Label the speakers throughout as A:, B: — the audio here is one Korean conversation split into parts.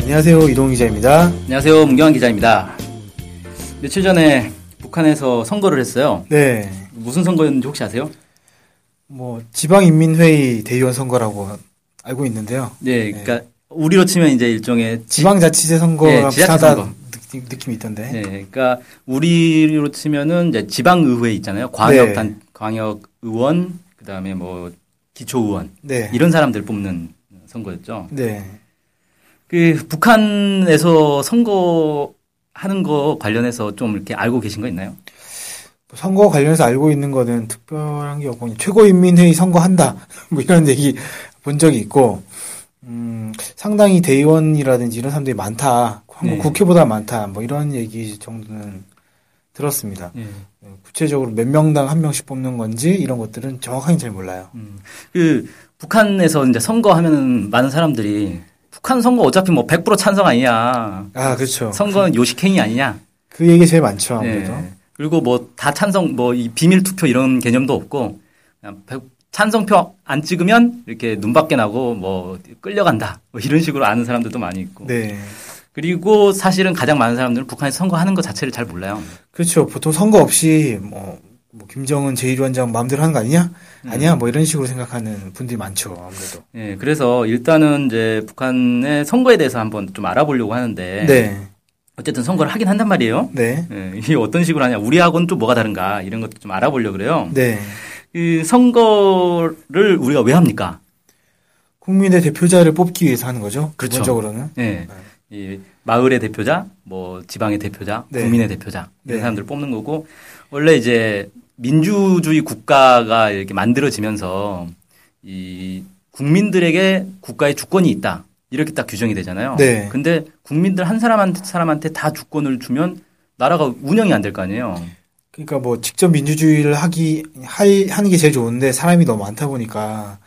A: 안녕하세요 이동 기자입니다.
B: 안녕하세요. 문경환 기자입니다. 며칠 전에 북한에서 선거를 했어요.
A: 네,
B: 무슨 선거였는지 혹시 아세요?
A: 뭐 지방인민회의 대의원 선거라고 알고 있는데요.
B: 네, 그러니까 우리로 치면 이제 일종의
A: 지방자치제 선거랑
B: 네, 지자체
A: 비슷하다
B: 선거.
A: 느- 느낌이 있던데.
B: 네, 그러니까 우리로 치면은 이제 지방 의회 있잖아요.
A: 네.
B: 광역 단 광역 의원 그다음에 뭐 기초 의원
A: 네,
B: 이런 사람들 뽑는 선거였죠.
A: 네,
B: 그 북한에서 선거 하는 거 관련해서 좀 이렇게 알고 계신 거 있나요?
A: 뭐 선거 관련해서 알고 있는 거는 특별한 게 없고 최고인민회의 선거한다 뭐 이런 얘기 본 적이 있고 음, 상당히 대의원이라든지 이런 사람들이 많다. 한국
B: 네.
A: 국회보다 많다. 뭐 이런 얘기 정도는 들었습니다.
B: 예.
A: 구체적으로 몇 명당 한 명씩 뽑는 건지 이런 것들은 정확하게 잘 몰라요.
B: 음, 그 북한에서 이제 선거하면은 많은 사람들이 북한 선거 어차피 뭐 100% 찬성 아니냐.
A: 아, 그렇죠.
B: 선거는 요식행위 아니냐.
A: 그 얘기 제일 많죠, 아무래도.
B: 예. 그리고 뭐 다 찬성 뭐 이 비밀 투표 이런 개념도 없고 그냥 백- 찬성표 안 찍으면 이렇게 눈밖에 나고 뭐 끌려간다. 뭐 이런 식으로 아는 사람들도 많이 있고.
A: 네.
B: 그리고 사실은 가장 많은 사람들은 북한에서 선거하는 것 자체를 잘 몰라요.
A: 그렇죠. 보통 선거 없이 뭐, 뭐 김정은 제1위원장 마음대로 하는 거 아니냐? 아니야? 뭐 이런 식으로 생각하는 분들이 많죠, 아무래도.
B: 예. 그래서 일단은 이제 북한의 선거에 대해서 한번 좀 알아보려고 하는데
A: 네.
B: 어쨌든 선거를 하긴 한단 말이에요.
A: 네.
B: 예, 이게 어떤 식으로 하냐, 우리하고는 또 뭐가 다른가 이런 것도 좀 알아보려고 그래요.
A: 네.
B: 그 선거를 우리가 왜 합니까?
A: 국민의 대표자를 뽑기 위해서 하는 거죠.
B: 그렇죠.
A: 기본적으로는.
B: 예. 이 마을의 대표자, 뭐 지방의 대표자,
A: 네.
B: 국민의 대표자 이런
A: 네.
B: 사람들을 뽑는 거고 원래 이제 민주주의 국가가 이렇게 만들어지면서 이 국민들에게 국가의 주권이 있다 이렇게 딱 규정이 되잖아요.
A: 네.
B: 근데 국민들 한 사람 한 사람한테 다 주권을 주면 나라가 운영이 안 될 거 아니에요.
A: 그러니까 뭐 직접 민주주의를 하기 할 하는 게 제일 좋은데 사람이 너무 많다 보니까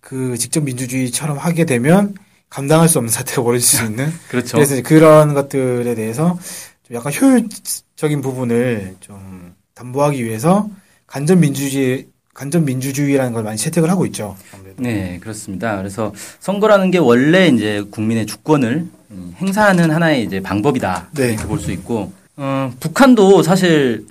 A: 그 직접 민주주의처럼 하게 되면 감당할 수 없는 사태가 벌어질 수 있는
B: 그렇죠.
A: 그래서 이제 그런 것들에 대해서 좀 약간 효율적인 부분을 좀 담보하기 위해서 간접 민주주의 간접 민주주의라는 걸 많이 채택을 하고 있죠. 아무래도.
B: 네, 그렇습니다. 그래서 선거라는 게 원래 이제 국민의 주권을 음, 행사하는 하나의 이제 방법이다.
A: 네.
B: 이렇게 볼 수 있고, 어, 북한도 사실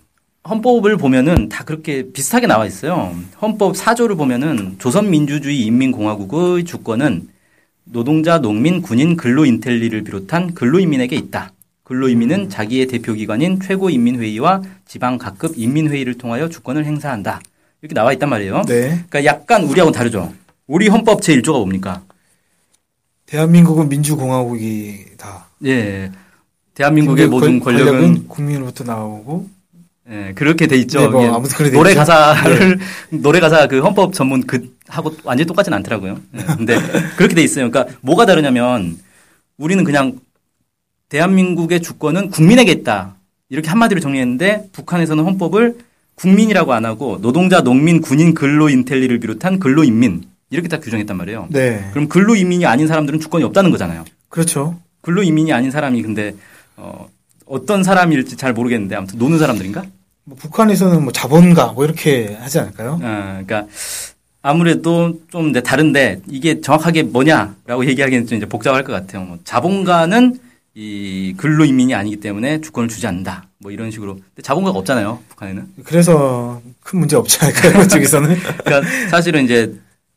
B: 헌법을 보면은 다 그렇게 비슷하게 나와 있어요. 헌법 4조를 보면은 조선민주주의 인민공화국의 주권은 노동자, 농민, 군인, 근로인텔리를 비롯한 근로인민에게 있다. 근로인민은
A: 음.
B: 자기의 대표기관인 최고인민회의와 지방 각급 인민회의를 통하여 주권을 행사한다. 이렇게 나와 있단 말이에요.
A: 네.
B: 그러니까 약간 우리하고 다르죠. 우리 헌법 제1조가 뭡니까?
A: 대한민국은 민주공화국이다.
B: 예. 대한민국의
A: 근데
B: 모든
A: 권-
B: 권력은,
A: 국민으로부터 나오고
B: 예, 그렇게 돼 있죠.
A: 네, 뭐
B: 예.
A: 아무튼 그래 돼
B: 노래
A: 있죠. 네.
B: 가사를 노래 가사 그 헌법 전문 그 하고 완전히 똑같진 않더라고요. 예, 근데 그렇게 돼 있어요. 그러니까 뭐가 다르냐면 우리는 그냥 대한민국의 주권은 국민에게 있다. 이렇게 한마디로 정리했는데 북한에서는 헌법을 국민이라고 안 하고 노동자, 농민, 군인, 근로인텔리를 비롯한 근로인민 이렇게 딱 규정했단 말이에요.
A: 네.
B: 그럼 근로인민이 아닌 사람들은 주권이 없다는 거잖아요.
A: 그렇죠.
B: 근로인민이 아닌 사람이 근데 어, 어떤 사람일지 잘 모르겠는데 아무튼 노는 사람들인가?
A: 뭐 북한에서는 뭐 자본가 뭐 이렇게 하지 않을까요?
B: 어, 그러니까 아무래도 좀 이제 다른데 이게 정확하게 뭐냐라고 얘기하기는 좀 이제 복잡할 것 같아요. 뭐 자본가는 이 근로인민이 아니기 때문에 주권을 주지 않는다. 뭐 이런 식으로. 근데 자본가가 없잖아요. 북한에는.
A: 그래서 큰 문제 없지 않을까요? 그쪽에서는
B: 그러니까 사실은 이제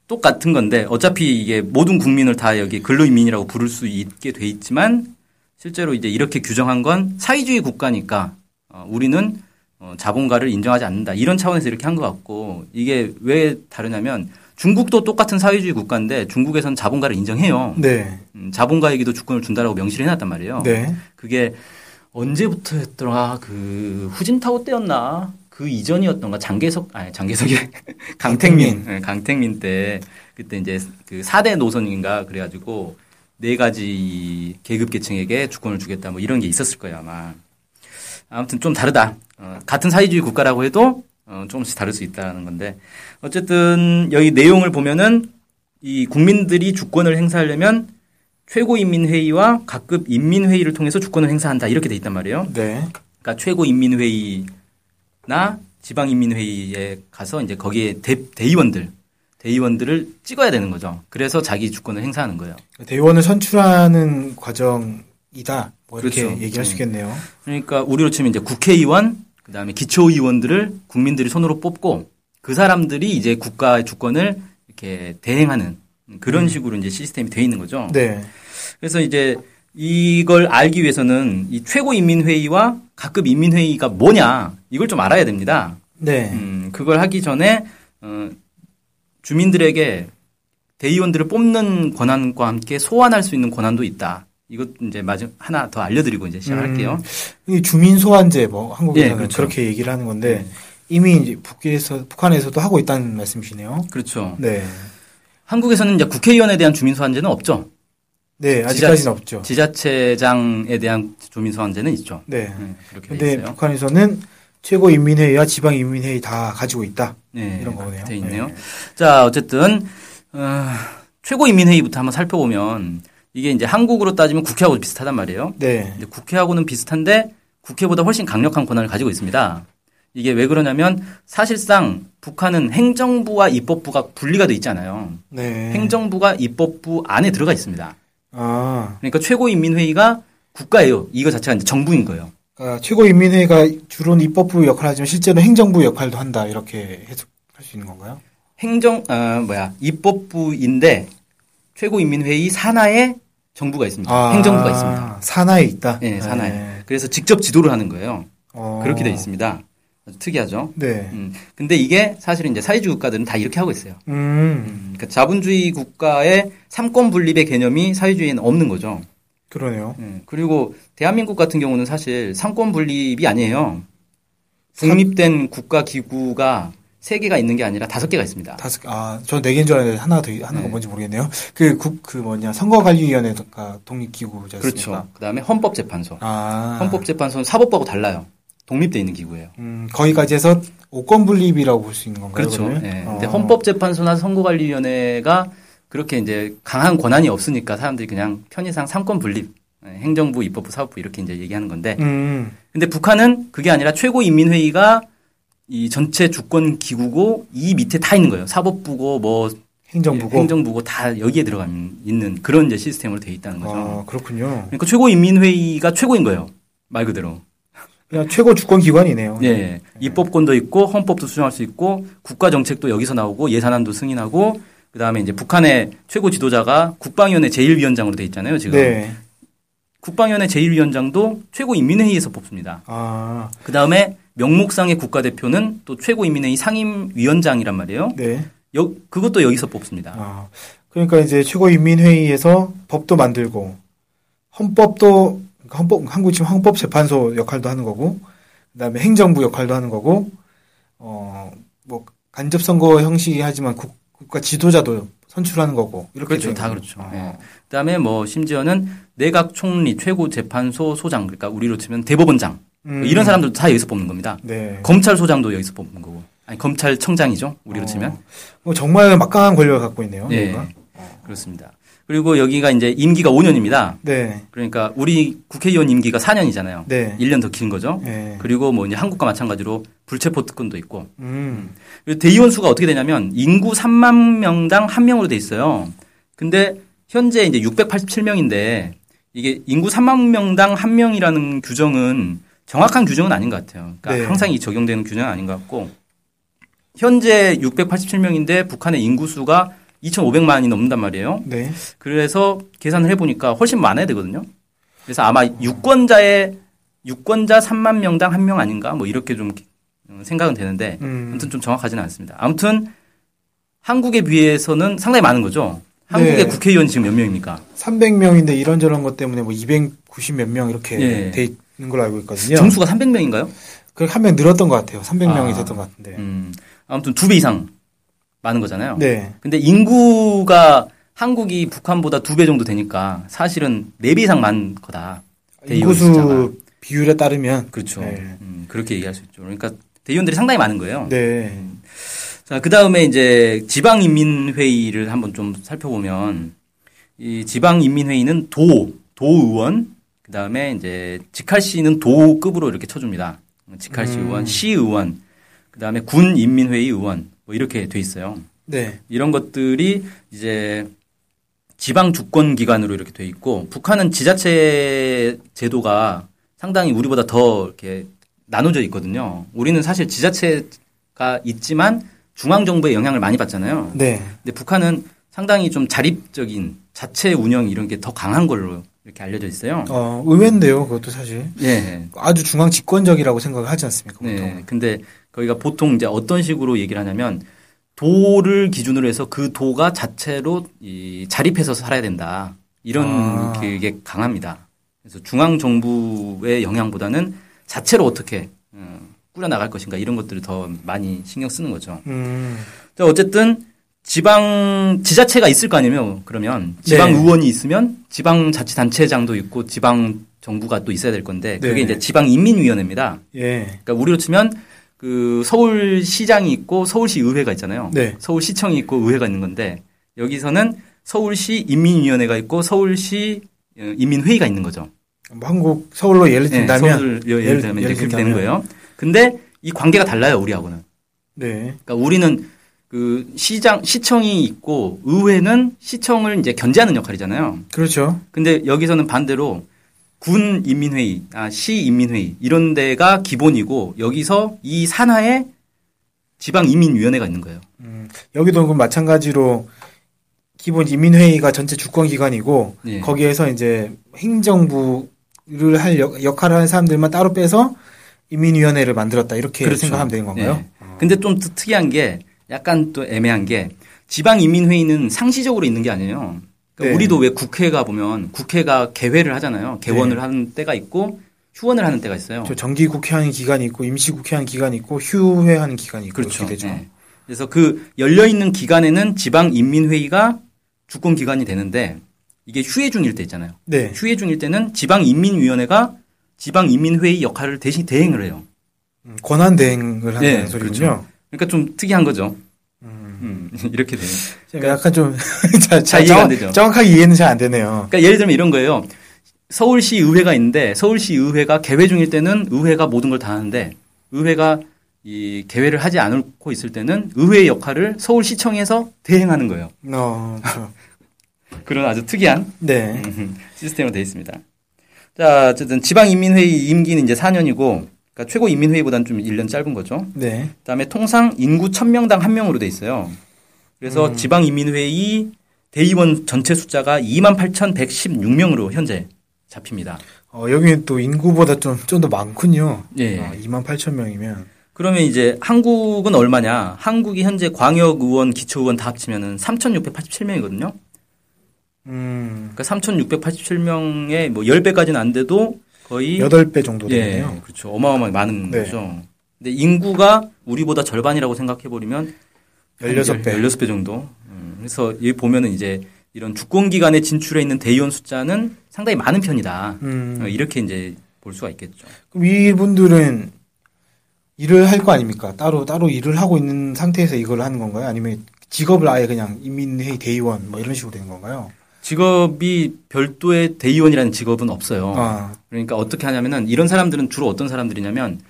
B: 똑같은 건데 어차피 이게 모든 국민을 다 여기 근로인민이라고 부를 수 있게 돼 있지만 실제로 이제 이렇게 규정한 건 사회주의 국가니까 어, 우리는 어, 자본가를 인정하지 않는다 이런 차원에서 이렇게 한 것 같고 이게 왜 다르냐면 중국도 똑같은 사회주의 국가인데 중국에선 자본가를 인정해요.
A: 네.
B: 음, 자본가에게도 주권을 준다라고 명시를 해놨단 말이에요.
A: 네.
B: 그게 언제부터 했더라 그 후진타오 때였나 그 이전이었던가 장계석 아니 장계석이 강택민
A: 강택민.
B: 네, 강택민 때 그때 이제 그 4대 노선인가 그래가지고 네 가지 이 계급 계층에게 주권을 주겠다 뭐 이런 게 있었을 거예요 아마. 아무튼 좀 다르다. 어, 같은 사회주의 국가라고 해도 어, 조금씩 다를 수 있다는 건데 어쨌든 여기 내용을 보면은 이 국민들이 주권을 행사하려면 최고인민회의와 각급 인민회의를 통해서 주권을 행사한다 이렇게 돼 있단 말이에요.
A: 네.
B: 그러니까 최고인민회의나 지방인민회의에 가서 이제 거기에 대, 대의원들 대의원들을 찍어야 되는 거죠. 그래서 자기 주권을 행사하는 거예요.
A: 대의원을 선출하는 과정이다. 뭐 이렇게
B: 그렇죠.
A: 얘기할 수
B: 네.
A: 있겠네요.
B: 그러니까 우리로 치면 이제 국회의원, 그다음에 기초의원들을 국민들이 손으로 뽑고 그 사람들이 이제 국가의 주권을 이렇게 대행하는 그런 식으로 이제 시스템이 돼 있는 거죠.
A: 네.
B: 그래서 이제 이걸 알기 위해서는 이 최고인민회의와 각급 인민회의가 뭐냐 이걸 좀 알아야 됩니다.
A: 네.
B: 음, 그걸 하기 전에 어, 주민들에게 대의원들을 뽑는 권한과 함께 소환할 수 있는 권한도 있다. 이것 이제 마지 하나 더 알려드리고 이제 시작할게요.
A: 음. 이 주민 소환제 뭐 한국에서는
B: 예, 그렇죠. 네.
A: 그렇게 얘기를 하는 건데 이미 이제 북에서 북한에서도 하고 있다는 말씀이시네요.
B: 그렇죠.
A: 네.
B: 한국에서는 이제 국회의원에 대한 주민 소환제는 없죠.
A: 네, 아직까지는 없죠.
B: 지자체장에 대한 주민 소환제는 있죠.
A: 네.
B: 네, 그렇게 돼
A: 근데
B: 있어요.
A: 북한에서는 최고 인민회의와 지방 인민회의 다 가지고 있다.
B: 네,
A: 이런 거네요.
B: 돼 있네요.
A: 네.
B: 자, 어쨌든 어, 최고인민회의부터 한번 살펴보면 이게 이제 한국으로 따지면 국회하고 비슷하단 말이에요.
A: 네.
B: 근데 국회하고는 비슷한데 국회보다 훨씬 강력한 권한을 가지고 있습니다. 이게 왜 그러냐면 사실상 북한은 행정부와 입법부가 분리가 돼 있잖아요.
A: 네.
B: 행정부가 입법부 안에 들어가 있습니다.
A: 아.
B: 그러니까 최고인민회의가 국가예요. 이거 자체가 이제 정부인 거예요.
A: 그러니까 최고인민회의가 주로는 입법부 역할을 하지만 실제로 행정부 역할도 한다 이렇게 해석할 수 있는 건가요?
B: 행정 어, 뭐야 입법부인데 최고인민회의 산하에 정부가 있습니다.
A: 아,
B: 음, 행정부가 있습니다.
A: 산하에 있다.
B: 예, 산하에.
A: 네.
B: 그래서 직접 지도를 하는 거예요.
A: 어.
B: 그렇게 돼 있습니다. 아주 특이하죠.
A: 네.
B: 음, 근데 이게 사실은 이제 사회주의 국가들은 다 이렇게 하고 있어요.
A: 음,
B: 그러니까 자본주의 국가의 삼권 분립의 개념이 사회주의에는 없는 거죠.
A: 그러네요.
B: 음, 그리고 대한민국 같은 경우는 사실 삼권 분립이 아니에요. 독립된 국가 기구가 세 개가 있는 게 아니라 다섯 개가 있습니다.
A: 다섯, 아, 저 네 개인 줄 알았는데 하나 더, 하나가
B: 네.
A: 뭔지 모르겠네요. 그 국, 그 뭐냐, 선거관리위원회가 독립기구지 않습니까?
B: 그렇죠. 그다음에 헌법재판소.
A: 아.
B: 헌법재판소는 사법부하고 달라요. 독립돼 있는 기구예요.
A: 음, 거기까지 해서 오권분립이라고 볼 수 있는 건가요?
B: 그렇죠.
A: 그러면?
B: 예.
A: 어.
B: 근데 헌법재판소나 선거관리위원회가 그렇게 이제 강한 권한이 없으니까 사람들이 그냥 편의상 삼권 분립, 예, 행정부, 입법부, 사법부 이렇게 이제 얘기하는 건데
A: 음,
B: 근데 북한은 그게 아니라 최고인민회의가 이 전체 주권 기구고 이 밑에 다 있는 거예요. 사법부고 뭐
A: 행정부고.
B: 행정부고 다 여기에 들어가 있는 그런 이제 시스템으로 돼 있다는 거죠.
A: 아, 그렇군요.
B: 그러니까 최고인민회의가 최고인 거예요. 말 그대로.
A: 그냥 최고 주권기관이네요.
B: 예. 입법권도 있고 헌법도 수정할 수 있고 국가 정책도 여기서 나오고 예산안도 승인하고 그다음에 이제 북한의 최고 지도자가 국방위원회 제1위원장으로 돼 있잖아요, 지금.
A: 네.
B: 국방위원회 제1위원장도 최고인민회의에서 뽑습니다.
A: 아,
B: 그 다음에 명목상의 국가대표는 또 최고인민회의 상임위원장이란 말이에요.
A: 네.
B: 여- 그것도 여기서 뽑습니다.
A: 아, 그러니까 이제 최고인민회의에서 법도 만들고 헌법도 그러니까 헌법 한국 지금 헌법재판소 역할도 하는 거고 그다음에 행정부 역할도 하는 거고 어 뭐 간접 선거 형식이 하지만 국, 가 지도자도 선출하는 거고 이렇게
B: 그렇죠.
A: 되는
B: 다
A: 거죠.
B: 그렇죠.
A: 어,
B: 예. 그 다음에 뭐 심지어는 내각 총리, 최고재판소 소장, 그러니까 우리로 치면 대법원장.
A: 음.
B: 뭐 이런 사람들도 다 여기서 뽑는 겁니다.
A: 네.
B: 검찰소장도 여기서 뽑는 거고. 아니, 검찰청장이죠. 우리로
A: 어.
B: 치면.
A: 뭐 정말 막강한 권력을 갖고 있네요.
B: 예.
A: 뭔가.
B: 그렇습니다. 그리고 여기가 이제 임기가 5년입니다.
A: 네.
B: 그러니까 우리 국회의원 임기가 4년이잖아요.
A: 네.
B: 1년 더 긴 거죠.
A: 예.
B: 그리고 뭐 이제 한국과 마찬가지로 불체포 특권도 있고
A: 음.
B: 그리고 대의원 수가 어떻게 되냐면 인구 3만 명당 한 명으로 돼 있어요. 근데 현재 이제 687명인데 이게 인구 3만 명당 한 명이라는 규정은 정확한 규정은 아닌 것 같아요. 그러니까
A: 네.
B: 항상 이 적용되는 규정은 아닌 것 같고 현재 687명인데 북한의 인구 수가 2,500만이 넘는단 말이에요.
A: 네.
B: 그래서 계산을 해보니까 훨씬 많아야 되거든요. 그래서 아마 유권자의 유권자 3만 명당 한 명 아닌가 뭐 이렇게 좀 생각은 되는데
A: 음.
B: 아무튼 좀 정확하지는 않습니다. 아무튼 한국에 비해서는 상당히 많은 거죠. 한국의
A: 네.
B: 국회의원 지금 몇 명입니까?
A: 300명인데 이런저런 것 때문에 뭐 290 몇 명 이렇게
B: 예.
A: 돼 있는 걸로 알고 있거든요.
B: 정수가 300명인가요?
A: 그한명 늘었던 것 같아요. 300명이
B: 아.
A: 됐던 것 같은데.
B: 음, 아무튼 두 배 이상 많은 거잖아요.
A: 네.
B: 근데 인구가 한국이 북한보다 두 배 정도 되니까 사실은 네 배 이상 많은 거다. 대의원 숫자가.
A: 인구수 비율에 따르면
B: 그렇죠.
A: 네.
B: 음, 그렇게 얘기할 수 있죠. 그러니까 대의원들이 상당히 많은 거예요.
A: 네.
B: 자, 그 다음에 이제 지방인민회의를 한번 좀 살펴보면 이 지방인민회의는 도, 도의원, 그 다음에 이제 직할시는 도급으로 이렇게 쳐줍니다. 직할시
A: 음.
B: 의원, 시의원, 그 다음에 군인민회의 의원, 뭐 이렇게 돼 있어요.
A: 네.
B: 이런 것들이 이제 지방 주권 기관으로 이렇게 돼 있고 북한은 지자체 제도가 상당히 우리보다 더 이렇게 나눠져 있거든요. 우리는 사실 지자체가 있지만 중앙 정부의 영향을 많이 받잖아요.
A: 네.
B: 근데 북한은 상당히 좀 자립적인 자체 운영 이런 게 더 강한 걸로 이렇게 알려져 있어요.
A: 어, 의외인데요, 그것도 사실.
B: 예.
A: 아주 중앙 집권적이라고 생각을 하지 않습니까, 보통.
B: 네. 근데 거기가 보통 이제 어떤 식으로 얘기를 하냐면 도를 기준으로 해서 그 도가 자체로 이 자립해서 살아야 된다. 이런
A: 아.
B: 그게 강합니다. 그래서 중앙 정부의 영향보다는 자체로 어떻게 음, 꾸려 나갈 것인가 이런 것들을 더 많이 신경 쓰는 거죠.
A: 음.
B: 자, 어쨌든 지방 지자체가 있을 거 아니에요. 그러면 지방
A: 네.
B: 의원이 있으면 지방 자치단체장도 있고 지방 정부가 또 있어야 될 건데 그게
A: 네.
B: 이제 지방 인민위원회입니다.
A: 예.
B: 그러니까 우리로 치면 그 서울시장이 있고 서울시 의회가 있잖아요.
A: 네.
B: 서울시청이 있고 의회가 있는 건데 여기서는 서울시 인민위원회가 있고 서울시 어, 인민회의가 있는 거죠.
A: 뭐 한국 서울로 예를
B: 네,
A: 든다면
B: 서울 예를,
A: 예를-
B: 들면 이제
A: 예를
B: 그렇게
A: 든다면.
B: 되는 거예요. 근데 이 관계가 달라요 우리하고는.
A: 네.
B: 그러니까 우리는 그 시장 시청이 있고 의회는 시청을 이제 견제하는 역할이잖아요.
A: 그렇죠.
B: 근데 여기서는 반대로 군 인민회의, 아, 시 인민회의 이런 데가 기본이고 여기서 이 산하에 지방 인민위원회가 있는 거예요.
A: 여기도 그럼 마찬가지로 기본 인민회의가 전체 주권 기관이고
B: 예.
A: 거기에서 이제 행정부를 할 역, 역할을 하는 사람들만 따로 빼서 인민위원회를 만들었다 이렇게
B: 그렇죠.
A: 생각하면 되는 건가요?
B: 예. 근데 좀 특- 특이한 게 약간 또 애매한 게 지방 인민회의는 상시적으로 있는 게 아니에요. 그러니까
A: 네.
B: 우리도 왜 국회가 보면 국회가 개회를 하잖아요. 개원을 하는 때가 있고 휴원을 하는 때가 있어요.
A: 저 정기 국회하는 기간이 있고 임시 국회하는 기간이 있고 휴회하는 기간이 있고
B: 그렇죠.
A: 이렇게 되죠.
B: 네. 그래서 그 열려 있는 기간에는 지방 인민회의가 주권 기관이 되는데 이게 휴회 중일 때 있잖아요.
A: 네.
B: 휴회 중일 때는 지방 인민위원회가 지방 인민회의 역할을 대신 대행을 해요.
A: 음, 권한 대행을 한다는
B: 네,
A: 소리군요.
B: 그러니까 좀 특이한 거죠. 음, 이렇게 돼요.
A: 제가 그러니까 약간 좀 자,
B: 잘 이해가 안 되죠.
A: 정확하게 이해는 잘 안 되네요.
B: 그러니까 예를 들면 이런 거예요. 서울시 의회가 있는데 서울시 의회가 개회 중일 때는 의회가 모든 걸 다 하는데 의회가 이 개회를 하지 않고 있을 때는 의회의 역할을 서울시청에서 대행하는 거예요.
A: 어, 그렇죠.
B: 그런 아주 특이한
A: 네.
B: 음, 시스템으로 되어 있습니다. 자, 어쨌든 지방인민회의 임기는 이제 4년이고 그러니까 최고인민회의보다는 좀 1년 짧은 거죠.
A: 네.
B: 그다음에 통상 인구 1000명당 1명으로 돼 있어요. 그래서
A: 음.
B: 지방인민회의 대의원 전체 숫자가 28,116명으로 현재 잡힙니다.
A: 어, 여기는 또 인구보다 좀 좀 더 많군요.
B: 예.
A: 어, 2만 8천 명이면
B: 그러면 이제 한국은 얼마냐? 한국이 현재 광역 의원, 기초 의원 다 합치면은 3,687명이거든요.
A: 음,
B: 그러니까 3,687명의 뭐 10배까지는 안 돼도 거의
A: 8배 정도
B: 예,
A: 되네요.
B: 그렇죠. 어마어마하게 많은
A: 네.
B: 거죠. 근데 인구가 우리보다 절반이라고 생각해 버리면
A: 16배.
B: 16배 정도. 음, 그래서 여기 보면은 이제 이런 주권기관에 진출해 있는 대의원 숫자는 상당히 많은 편이다.
A: 음.
B: 어, 이렇게 이제 볼 수가 있겠죠.
A: 그럼 이분들은 일을 할 거 아닙니까? 따로 따로 일을 하고 있는 상태에서 이걸 하는 건가요? 아니면 직업을 아예 그냥 인민회의 대의원 뭐 이런 식으로 되는 건가요?
B: 직업이 별도의 대의원이라는 직업은 없어요.
A: 아,
B: 그러니까 어떻게 하냐면은 이런 사람들은 주로 어떤 사람들이냐면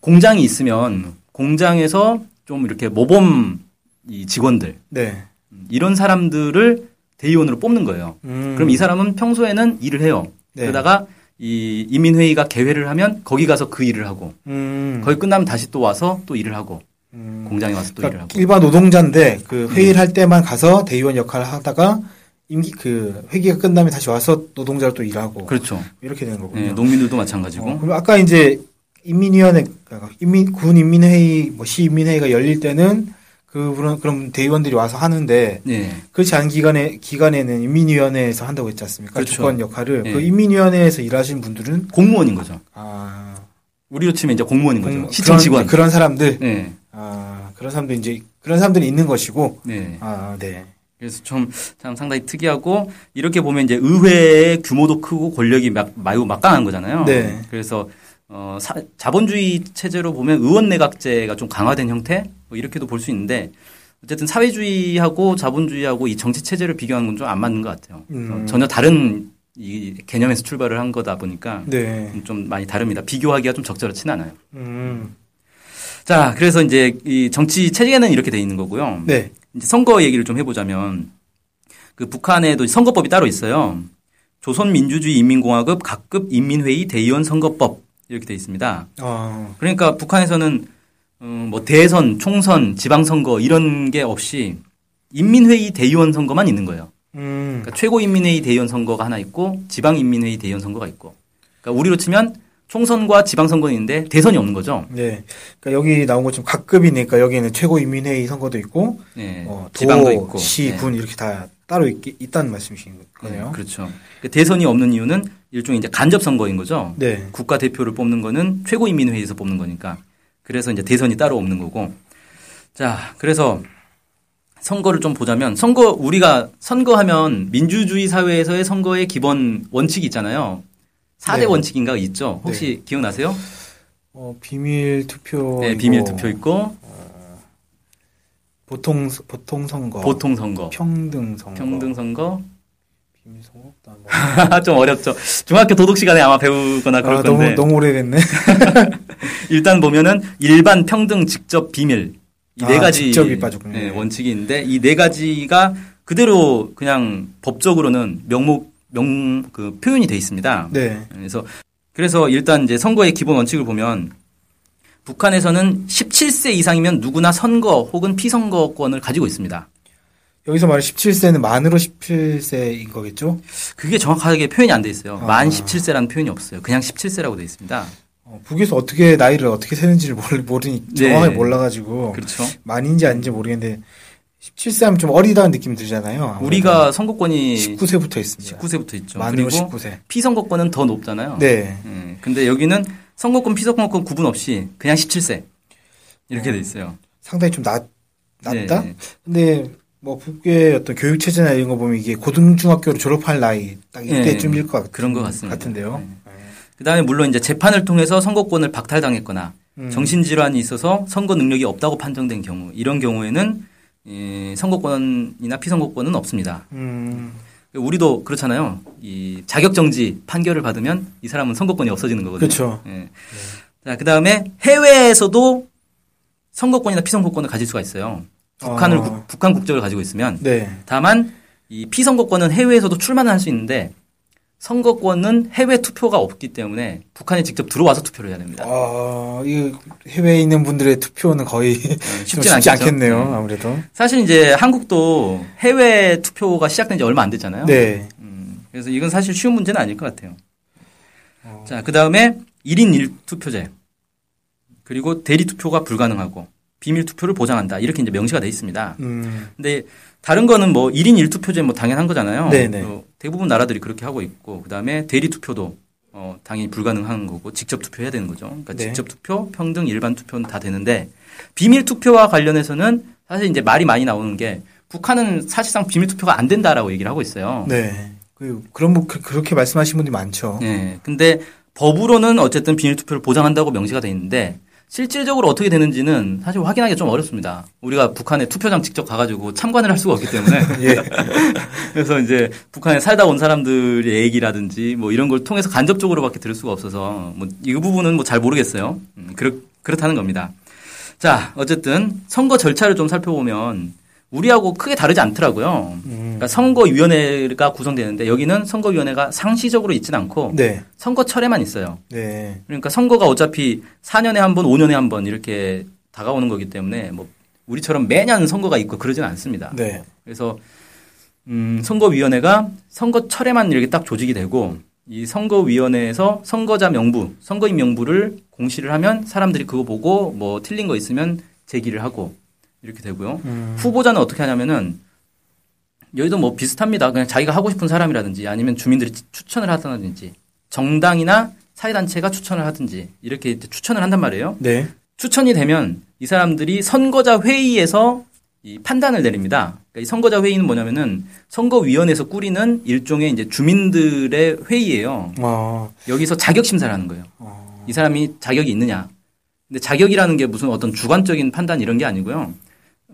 B: 공장이 있으면 공장에서 좀 이렇게 모범 이 직원들
A: 네.
B: 이런 사람들을 대의원으로 뽑는 거예요.
A: 음.
B: 그럼 이 사람은 평소에는 일을 해요.
A: 네.
B: 그러다가 이 인민회의가 개회를 하면 거기 가서 그 일을 하고
A: 음.
B: 거기 끝나면 다시 또 와서 또 일을 하고
A: 음.
B: 공장에 와서 또 일을
A: 그러니까
B: 하고 음.
A: 일반 노동자인데 그 회의를 할 때만 가서 대의원 역할을 하다가 임기 그 회기가 끝나면 다시 와서 노동자로 또 일하고
B: 그렇죠.
A: 이렇게 되는 거군요.
B: 네, 농민들도 마찬가지고
A: 어, 그럼 아까 이제 인민위원회, 그러니까 인민, 군 인민회의, 뭐 시인민회의가 열릴 때는 그, 그런, 그런 대의원들이 와서 하는데
B: 네.
A: 그렇지 않은 기간에, 기간에는 인민위원회에서 한다고 했지 않습니까?
B: 그렇죠.
A: 주권 역할을.
B: 예.
A: 그 인민위원회에서 일하시는 분들은,
B: 공무원인 거죠.
A: 아,
B: 우리로 치면 이제 공무원인 거죠.
A: 공-
B: 시청
A: 그런-
B: 직원.
A: 그런 사람들,
B: 네.
A: 아, 그런 사람들 이제, 그런 사람들이 있는 것이고,
B: 네.
A: 아, 네.
B: 그래서 그래서 좀, 참 상당히 특이하고, 이렇게 보면 이제 의회의 규모도 크고 권력이 막, 매우 막강한 거잖아요.
A: 네.
B: 그래서, 어, 사- 자본주의 체제로 보면 의원 내각제가 좀 강화된 형태? 뭐 이렇게도 볼 수 있는데, 어쨌든 사회주의하고 자본주의하고 이 정치 체제를 비교하는 건 좀 안 맞는 것 같아요. 그래서
A: 음.
B: 전혀 다른 이 개념에서 출발을 한 거다 보니까
A: 네.
B: 좀 많이 다릅니다. 비교하기가 좀 적절하진 않아요.
A: 음.
B: 자, 그래서 이제 이 정치 체제는 이렇게 돼 있는 거고요.
A: 네.
B: 이제 선거 얘기를 좀 해보자면 그 북한에도 선거법이 따로 있어요. 조선민주주의인민공화국 각급 인민회의 대의원 선거법 이렇게 돼 있습니다.
A: 어.
B: 그러니까 북한에서는 어, 뭐 대선, 총선, 지방선거 이런 게 없이 인민회의 대의원 선거만 있는 거예요.
A: 음.
B: 그러니까 최고인민회의 대의원 선거가 하나 있고 지방인민회의 대의원 선거가 있고. 그러니까 우리로 치면 총선과 지방선거는 있는데 대선이 없는 거죠.
A: 네. 그러니까 여기 나온 것처럼 각급이니까 여기에는 최고인민회의 선거도 있고
B: 네,
A: 어,
B: 지방도
A: 도,
B: 있고.
A: 시,
B: 네.
A: 군 이렇게 다 따로 있, 있다는 말씀이신 거네요.
B: 네, 그렇죠. 그 대선이 없는 이유는 일종의 이제 간접 선거인 거죠.
A: 네.
B: 국가 대표를 뽑는 거는 최고인민회의에서 뽑는 거니까. 그래서 이제 대선이 따로 없는 거고. 자, 그래서 선거를 좀 보자면 선거 우리가 선거하면 민주주의 사회에서의 선거의 기본 원칙이 있잖아요. 4대
A: 네.
B: 원칙인가 있죠. 혹시 기억나세요?
A: 어, 비밀 투표.
B: 네, 비밀 투표 있고
A: 보통 보통 선거.
B: 보통 선거,
A: 뭐. 평등 선거.
B: 평등 선거.
A: 비밀 선거. 그다음 뭐.
B: 좀 어렵죠. 중학교 도덕 시간에 아마 배우거나 그럴
A: 아,
B: 건데.
A: 너무 너무 오래됐네.
B: 일단 보면은 일반 평등 직접 비밀 이 네
A: 아,
B: 가지
A: 직접이 빠졌군요.
B: 네, 원칙이 있는데 이 네 가지가 그대로 그냥 법적으로는 명목 명 그 표현이 돼 있습니다.
A: 네.
B: 그래서 그래서 일단 이제 선거의 기본 원칙을 보면 북한에서는 17세 이상이면 누구나 선거 혹은 피선거권을 가지고 있습니다.
A: 여기서 말해 17세는 만으로 17세인 거겠죠?
B: 그게 정확하게 표현이 안 돼 있어요.
A: 아.
B: 만 17세라는 표현이 없어요. 그냥 17세라고 돼 있습니다.
A: 어, 북에서 어떻게 나이를 어떻게 세는지를 모르, 모르니 정확하게
B: 네.
A: 몰라가지고
B: 그렇죠.
A: 만인지 아닌지 모르겠는데 17세 하면 좀 어리다는 느낌이 들잖아요. 아무래도.
B: 우리가 선거권이
A: 19세부터 있습니다.
B: 19세부터 있죠.
A: 만으로
B: 그리고
A: 19세.
B: 피선거권은 더 높잖아요.
A: 네.
B: 예, 근데 여기는 선거권, 피선거권 구분 없이 그냥 17세 이렇게 돼 있어요.
A: 상당히 좀 낮, 낮다?
B: 네.
A: 근데 뭐 북의 어떤 교육 체제나 이런 거 보면 이게 고등중학교를 졸업할 나이 딱
B: 네.
A: 이때쯤일 것 같,
B: 그런 것 같습니다. 네.
A: 같은데요.
B: 그다음에 물론 이제 재판을 통해서 선거권을 박탈당했거나
A: 음.
B: 정신질환이 있어서 선거 능력이 없다고 판정된 경우 이런 경우에는 이 선거권이나 피선거권은 없습니다.
A: 음,
B: 네. 우리도 그렇잖아요. 이 자격 정지 판결을 받으면 이 사람은 선거권이 없어지는 거거든요.
A: 그렇죠.
B: 예. 자, 그다음에 해외에서도 선거권이나 피선거권을 가질 수가 있어요. 북한을
A: 어.
B: 국- 북한 국적을 가지고 있으면
A: 네.
B: 다만 이 피선거권은 해외에서도 출마는 할 수 있는데 선거권은 해외 투표가 없기 때문에 북한에 직접 들어와서 투표를 해야 됩니다.
A: 어, 이 해외에 있는 분들의 투표는 거의 좀
B: 네, 쉽진
A: 쉽지
B: 않겠죠.
A: 않겠네요.
B: 네.
A: 아무래도.
B: 사실 이제 한국도 해외 투표가 시작된 지 얼마 안 됐잖아요.
A: 네.
B: 음, 그래서 이건 사실 쉬운 문제는 아닐 것 같아요. 자, 그 다음에 1인 1투표제. 그리고 대리투표가 불가능하고 비밀투표를 보장한다. 이렇게 이제 명시가 돼 있습니다.
A: 음,
B: 근데 다른 거는 뭐 1인 1투표제 뭐 당연한 거잖아요.
A: 네네.
B: 어, 대부분 나라들이 그렇게 하고 있고 그다음에 대리 투표도 어, 당연히 불가능한 거고 직접 투표해야 되는 거죠. 그러니까
A: 네.
B: 직접 투표, 평등, 일반 투표는 다 되는데 비밀 투표와 관련해서는 사실 이제 말이 많이 나오는 게 북한은 사실상 비밀 투표가 안 된다라고 얘기를 하고 있어요.
A: 네. 그, 그런, 분- 그- 그렇게 말씀하신 분들이 많죠.
B: 네. 근데 법으로는 어쨌든 비밀 투표를 보장한다고 명시가 돼 있는데 실질적으로 어떻게 되는지는 사실 확인하기가 좀 어렵습니다. 우리가 북한에 투표장 직접 가가지고 참관을 할 수가 없기 때문에
A: 예.
B: 그래서 이제 북한에 살다 온 사람들의 얘기라든지 뭐 이런 걸 통해서 간접적으로밖에 들을 수가 없어서 뭐 이 부분은 뭐 잘 모르겠어요. 음, 그렇, 그렇다는 겁니다. 자, 어쨌든 선거 절차를 좀 살펴보면 우리하고 크게 다르지 않더라고요. 그러니까 선거위원회가 구성되는데 여기는 선거위원회가 상시적으로 있진 않고
A: 네.
B: 선거철에만 있어요.
A: 네.
B: 그러니까 선거가 어차피 4년에 한 번, 5년에 한 번 이렇게 다가오는 거기 때문에 뭐 우리처럼 매년 선거가 있고 그러진 않습니다.
A: 네.
B: 그래서 음, 선거위원회가 선거철에만 이렇게 딱 조직이 되고 이 선거위원회에서 선거자 명부, 선거인 명부를 공시를 하면 사람들이 그거 보고 뭐 틀린 거 있으면 제기를 하고 이렇게 되고요.
A: 음.
B: 후보자는 어떻게 하냐면은 여기도 뭐 비슷합니다. 그냥 자기가 하고 싶은 사람이라든지 아니면 주민들이 추- 추천을 하든지 정당이나 사회단체가 추천을 하든지 이렇게 이제 추천을 한단 말이에요.
A: 네.
B: 추천이 되면 이 사람들이 선거자 회의에서 이 판단을 내립니다. 그러니까 이 선거자 회의는 뭐냐면은 선거위원회에서 꾸리는 일종의 이제 주민들의 회의예요.
A: 어,
B: 여기서 자격 심사를 하는 거예요. 이 사람이 자격이 있느냐. 근데 자격이라는 게 무슨 어떤 주관적인 판단 이런 게 아니고요.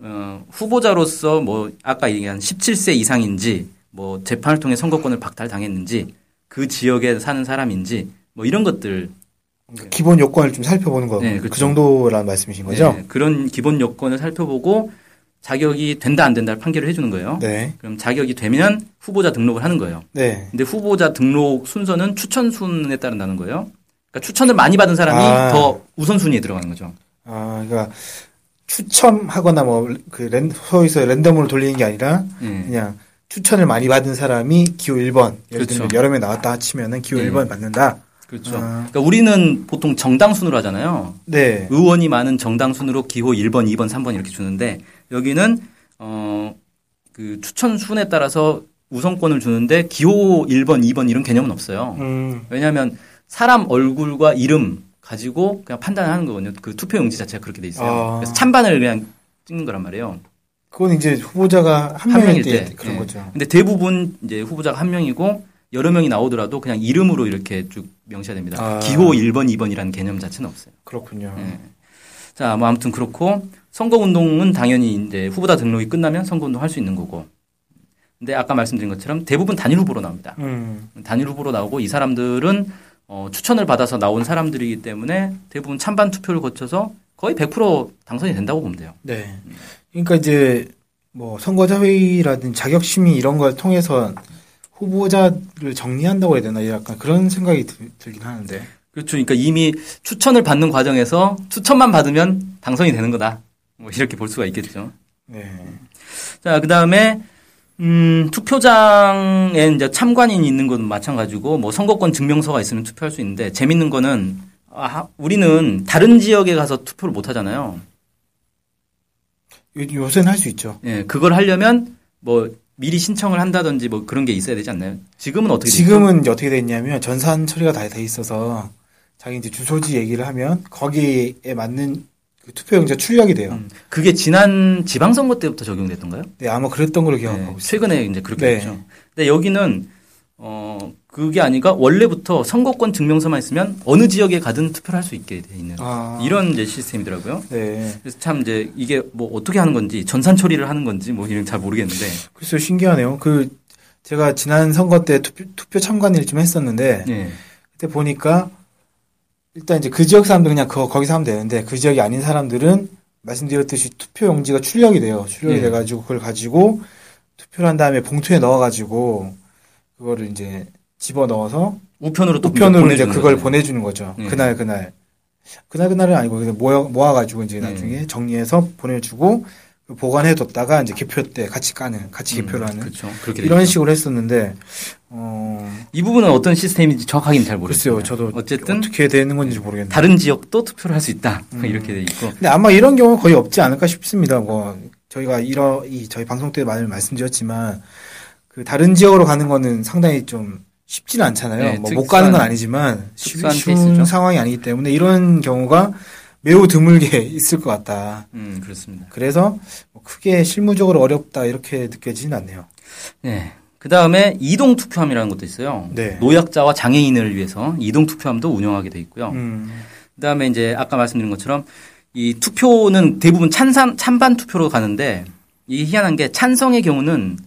B: 어, 후보자로서 뭐 아까 얘기한 17세 이상인지 뭐 재판을 통해 선거권을 박탈당했는지 그 지역에 사는 사람인지 뭐 이런 것들
A: 기본 요건을 좀 살펴보는 거.
B: 네,
A: 그
B: 그렇죠.
A: 정도라는 말씀이신 거죠?
B: 네, 그런 기본 요건을 살펴보고 자격이 된다 안 된다를 판결을 해주는 거예요.
A: 네.
B: 그럼 자격이 되면 후보자 등록을 하는 거예요.
A: 네.
B: 근데 후보자 등록 순서는 추천 순에 따른다는 거예요. 그러니까 추천을 많이 받은 사람이
A: 아.
B: 더 우선 순위에 들어가는 거죠.
A: 아, 그러니까 추첨하거나 뭐 그 랜, 소위서 랜덤으로 돌리는 게 아니라
B: 예.
A: 그냥 추천을 많이 받은 사람이 기호 1번. 예를 들면
B: 그렇죠.
A: 여러 명 나왔다 치면은 기호
B: 네.
A: 1번 받는다.
B: 그렇죠.
A: 아.
B: 그러니까 우리는 보통 정당 순으로 하잖아요.
A: 네.
B: 의원이 많은 정당 순으로 기호 1번, 2번, 3번 이렇게 주는데 여기는 어, 그 추천 순에 따라서 우선권을 주는데 기호 1번, 2번 이런 개념은 없어요.
A: 음.
B: 왜냐하면 사람 얼굴과 이름 가지고 그냥 판단하는 거거든요. 그 투표 용지 자체가 그렇게 돼 있어요.
A: 아.
B: 그래서 찬반을 그냥 찍는 거란 말이에요.
A: 그건 이제 후보자가 한,
B: 한
A: 명일
B: 명일
A: 때, 네.
B: 때.
A: 그런
B: 예.
A: 거죠.
B: 근데 대부분 이제 후보자가 한 명이고 여러 명이 나오더라도 그냥 이름으로 이렇게 쭉 명시가 됩니다.
A: 아.
B: 기호 1번, 2번이라는 개념 자체는 없어요.
A: 그렇군요.
B: 예. 자, 뭐 아무튼 그렇고 선거 운동은 당연히 이제 후보자 등록이 끝나면 선거 운동 할 수 있는 거고. 근데 아까 말씀드린 것처럼 대부분 단일 후보로 나옵니다.
A: 음.
B: 단일 후보로 나오고 이 사람들은 어, 추천을 받아서 나온 사람들이기 때문에 대부분 찬반 투표를 거쳐서 거의 100% 당선이 된다고 보면 돼요.
A: 네. 그러니까 이제 뭐 선거자 회의라든지 자격 심의 이런 걸 통해서 후보자를 정리한다고 해야 되나 약간 그런 생각이 들, 들긴 하는데.
B: 그렇죠. 그러니까 이미 추천을 받는 과정에서 추천만 받으면 당선이 되는 거다. 뭐 이렇게 볼 수가 있겠죠.
A: 네.
B: 자, 그 다음에, 음, 투표장에 이제 참관인이 있는 건 마찬가지고, 뭐 선거권 증명서가 있으면 투표할 수 있는데, 재밌는 거는, 아, 우리는 다른 지역에 가서 투표를 못 하잖아요.
A: 요, 요새는 할 수 있죠.
B: 예, 그걸 하려면, 뭐, 미리 신청을 한다든지 뭐 그런 게 있어야 되지 않나요? 지금은 어떻게 되죠?
A: 지금은 이제 어떻게 돼 있냐면 전산 처리가 다 돼 있어서 자기 이제 주소지 얘기를 하면 거기에 맞는 그 투표용지가 출력이 돼요.
B: 음, 그게 지난 지방선거 때부터 적용됐던가요?
A: 네, 아마 그랬던 걸로 기억하고
B: 네,
A: 있어요.
B: 최근에 이제 그렇게
A: 네.
B: 됐죠. 근데 여기는 어 그게 아니가 원래부터 선거권 증명서만 있으면 어느 지역에 가든 투표를 할 수 있게 돼 있는
A: 아.
B: 이런 이제 시스템이더라고요.
A: 네.
B: 그래서 참 이제 이게 뭐 어떻게 하는 건지 전산 처리를 하는 건지 뭐 이런 잘 모르겠는데
A: 글쎄요, 신기하네요. 그, 제가 지난 선거 때 투표, 투표 참관일 좀 했었는데,
B: 예.
A: 그때 보니까, 일단 이제 그 지역 사람들 은 그냥 그, 거기서 하면 되는데, 그 지역이 아닌 사람들은 말씀드렸듯이 투표용지가 출력이 돼요. 출력이
B: 네.
A: 돼가지고, 그걸 가지고, 투표를 한 다음에 봉투에 넣어가지고, 그거를 이제 집어 넣어서,
B: 우편으로 또
A: 우편으로 이제
B: 보내주는
A: 그걸
B: 거잖아요.
A: 보내주는 거죠.
B: 네.
A: 그날, 그날. 그날, 그날은 아니고, 그냥 모여, 모아가지고 이제
B: 네.
A: 나중에 정리해서 보내주고, 보관해뒀다가 이제 개표 때 같이 까는, 같이 개표를
B: 음,
A: 하는.
B: 그렇죠. 그렇게
A: 이런
B: 이런
A: 식으로 했었는데 어
B: 이 부분은 어떤 시스템인지 정확하게는 잘 모르겠어요.
A: 글쎄요 저도
B: 어쨌든
A: 어떻게 음. 되는 건지 모르겠네요.
B: 다른 지역도 투표를 할 수 있다 뭐 이렇게 돼 있고
A: 근데 아마 이런 경우 는 거의 없지 않을까 싶습니다. 뭐 저희가 이러 이 저희 방송 때 많이 말씀드렸지만 그 다른 지역으로 가는 거는 상당히 좀 쉽지는 않잖아요.
B: 네,
A: 뭐
B: 특수한-
A: 못 가는 건 아니지만 쉬-
B: 특수한
A: 쉬운
B: 케이스죠.
A: 상황이 아니기 때문에 이런 경우가 매우 드물게 있을 것 같다.
B: 음 그렇습니다.
A: 그래서 뭐 크게 실무적으로 어렵다 이렇게 느껴지진 않네요.
B: 네. 그 다음에 이동 투표함이라는 것도 있어요.
A: 네.
B: 노약자와 장애인을 위해서 이동 투표함도 운영하게 돼 있고요.
A: 음,
B: 그 다음에 이제 아까 말씀드린 것처럼 이 투표는 대부분 찬산, 찬반 투표로 가는데 이게 희한한 게 찬성의 경우는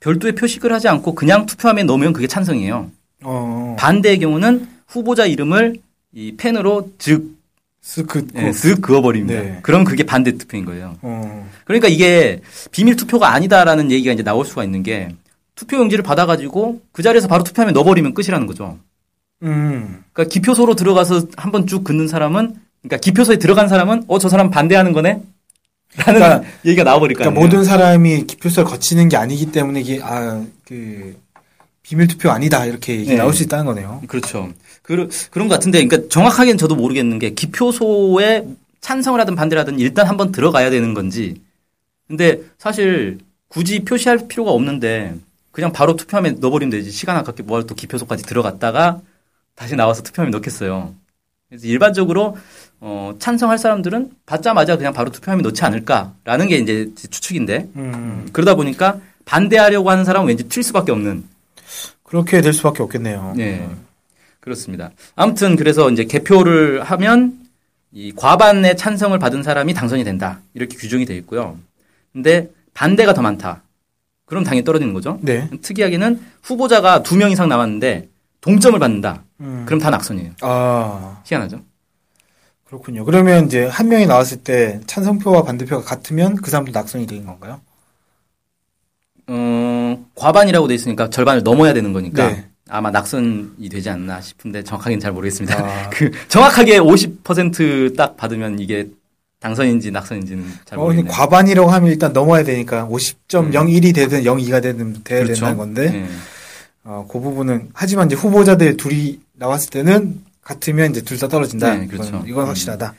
B: 별도의 표식을 하지 않고 그냥 투표함에 넣으면 그게 찬성이에요.
A: 어,
B: 반대의 경우는 후보자 이름을 이 펜으로 즉,
A: 스크,
B: 예, 쓱 그어버립니다.
A: 네.
B: 그럼 그게 반대 투표인 거예요.
A: 어,
B: 그러니까 이게 비밀 투표가 아니다라는 얘기가 이제 나올 수가 있는 게 투표 용지를 받아가지고 그 자리에서 바로 투표함에 넣어버리면 끝이라는 거죠.
A: 음,
B: 그러니까 기표소로 들어가서 한번 쭉 긋는 사람은 그러니까 기표소에 들어간 사람은 어 저 사람 반대하는 거네 라는
A: 그러니까-
B: 얘기가 나와버릴까
A: 그러니까 모든 사람이 기표수를 거치는 게 아니기 때문에 이게 아 그 비밀 투표 아니다 이렇게 얘기
B: 네.
A: 나올 수 있다는 거네요.
B: 그렇죠. 그, 그런 것 같은데 그러니까 정확하게는 저도 모르겠는 게 기표소에 찬성을 하든 반대를 하든 일단 한번 들어가야 되는 건지 근데 사실 굳이 표시할 필요가 없는데 그냥 바로 투표함에 넣어버리면 되지 시간 아깝게 뭐또 기표소까지 들어갔다가 다시 나와서 투표함에 넣겠어요. 그래서 일반적으로 어, 찬성할 사람들은 받자마자 그냥 바로 투표함에 넣지 않을까라는 게 이제 추측인데
A: 음,
B: 그러다 보니까 반대하려고 하는 사람은 왠지 튈 수밖에 없는
A: 그렇게 될 수밖에 없겠네요.
B: 예. 그렇습니다. 아무튼 그래서 이제 개표를 하면 이 과반의 찬성을 받은 사람이 당선이 된다. 이렇게 규정이 돼 있고요. 근데 반대가 더 많다. 그럼 당연히 떨어지는 거죠.
A: 네.
B: 특이하게는 후보자가 두 명 이상 나왔는데 동점을 받는다.
A: 음.
B: 그럼 다 낙선이에요.
A: 아.
B: 희한하죠.
A: 그렇군요. 그러면 이제 한 명이 나왔을 때 찬성표와 반대표가 같으면 그 사람도 낙선이 된 건가요?
B: 어, 과반이라고 돼 있으니까 절반을 넘어야 되는 거니까
A: 네.
B: 아마 낙선이 되지 않나 싶은데 정확하게는 잘 모르겠습니다.
A: 아.
B: 그 정확하게 50%딱 받으면 이게 당선인지 낙선인지는 잘
A: 어, 근데
B: 모르겠네요. 음.
A: 과반이라고 하면 일단 넘어야 되니까 50.01이 되든 0.2가 되든 돼야 된다는 건데
B: 예.
A: 어, 그 부분은 하지만 이제 후보자들 둘이 나왔을 때는 같으면 이제 둘 다 떨어진다.
B: 네, 그렇죠.
A: 이건, 이건
B: 음.
A: 확실하다.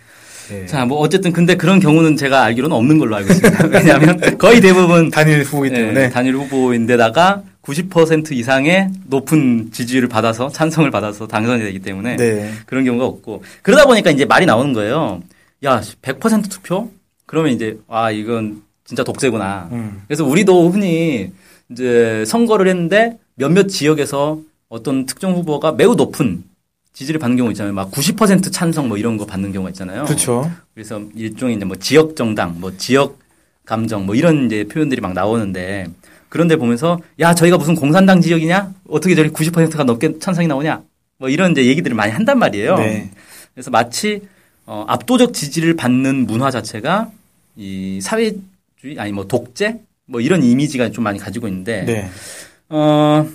A: 예.
B: 자, 뭐 어쨌든 근데 그런 경우는 제가 알기로는 없는 걸로 알고 있습니다. 왜냐하면 거의 대부분
A: 네. 단일 후보이기
B: 예,
A: 때문에
B: 단일 후보인데다가 90% 이상의 높은 지지율을 받아서 찬성을 받아서 당선이 되기 때문에
A: 네.
B: 그런 경우가 없고 그러다 보니까 이제 말이 나오는 거예요. 야, 100% 투표? 그러면 이제 아 이건 진짜 독재구나.
A: 음.
B: 그래서 우리도 흔히 이제 선거를 했는데 몇몇 지역에서 어떤 특정 후보가 매우 높은 지지를 받는 경우 있잖아요. 막 90% 찬성 뭐 이런 거 받는 경우가 있잖아요.
A: 그렇죠.
B: 그래서 일종의 이제 뭐 지역 정당, 뭐 지역 감정, 뭐 이런 이제 표현들이 막 나오는데 그런데 보면서 야 저희가 무슨 공산당 지역이냐? 어떻게 저리 90%가 넘게 찬성이 나오냐? 뭐 이런 이제 얘기들을 많이 한단 말이에요.
A: 네.
B: 그래서 마치 어, 압도적 지지를 받는 문화 자체가 이 사회주의 아니 뭐 독재 뭐 이런 이미지가 좀 많이 가지고 있는데
A: 네.
B: 어,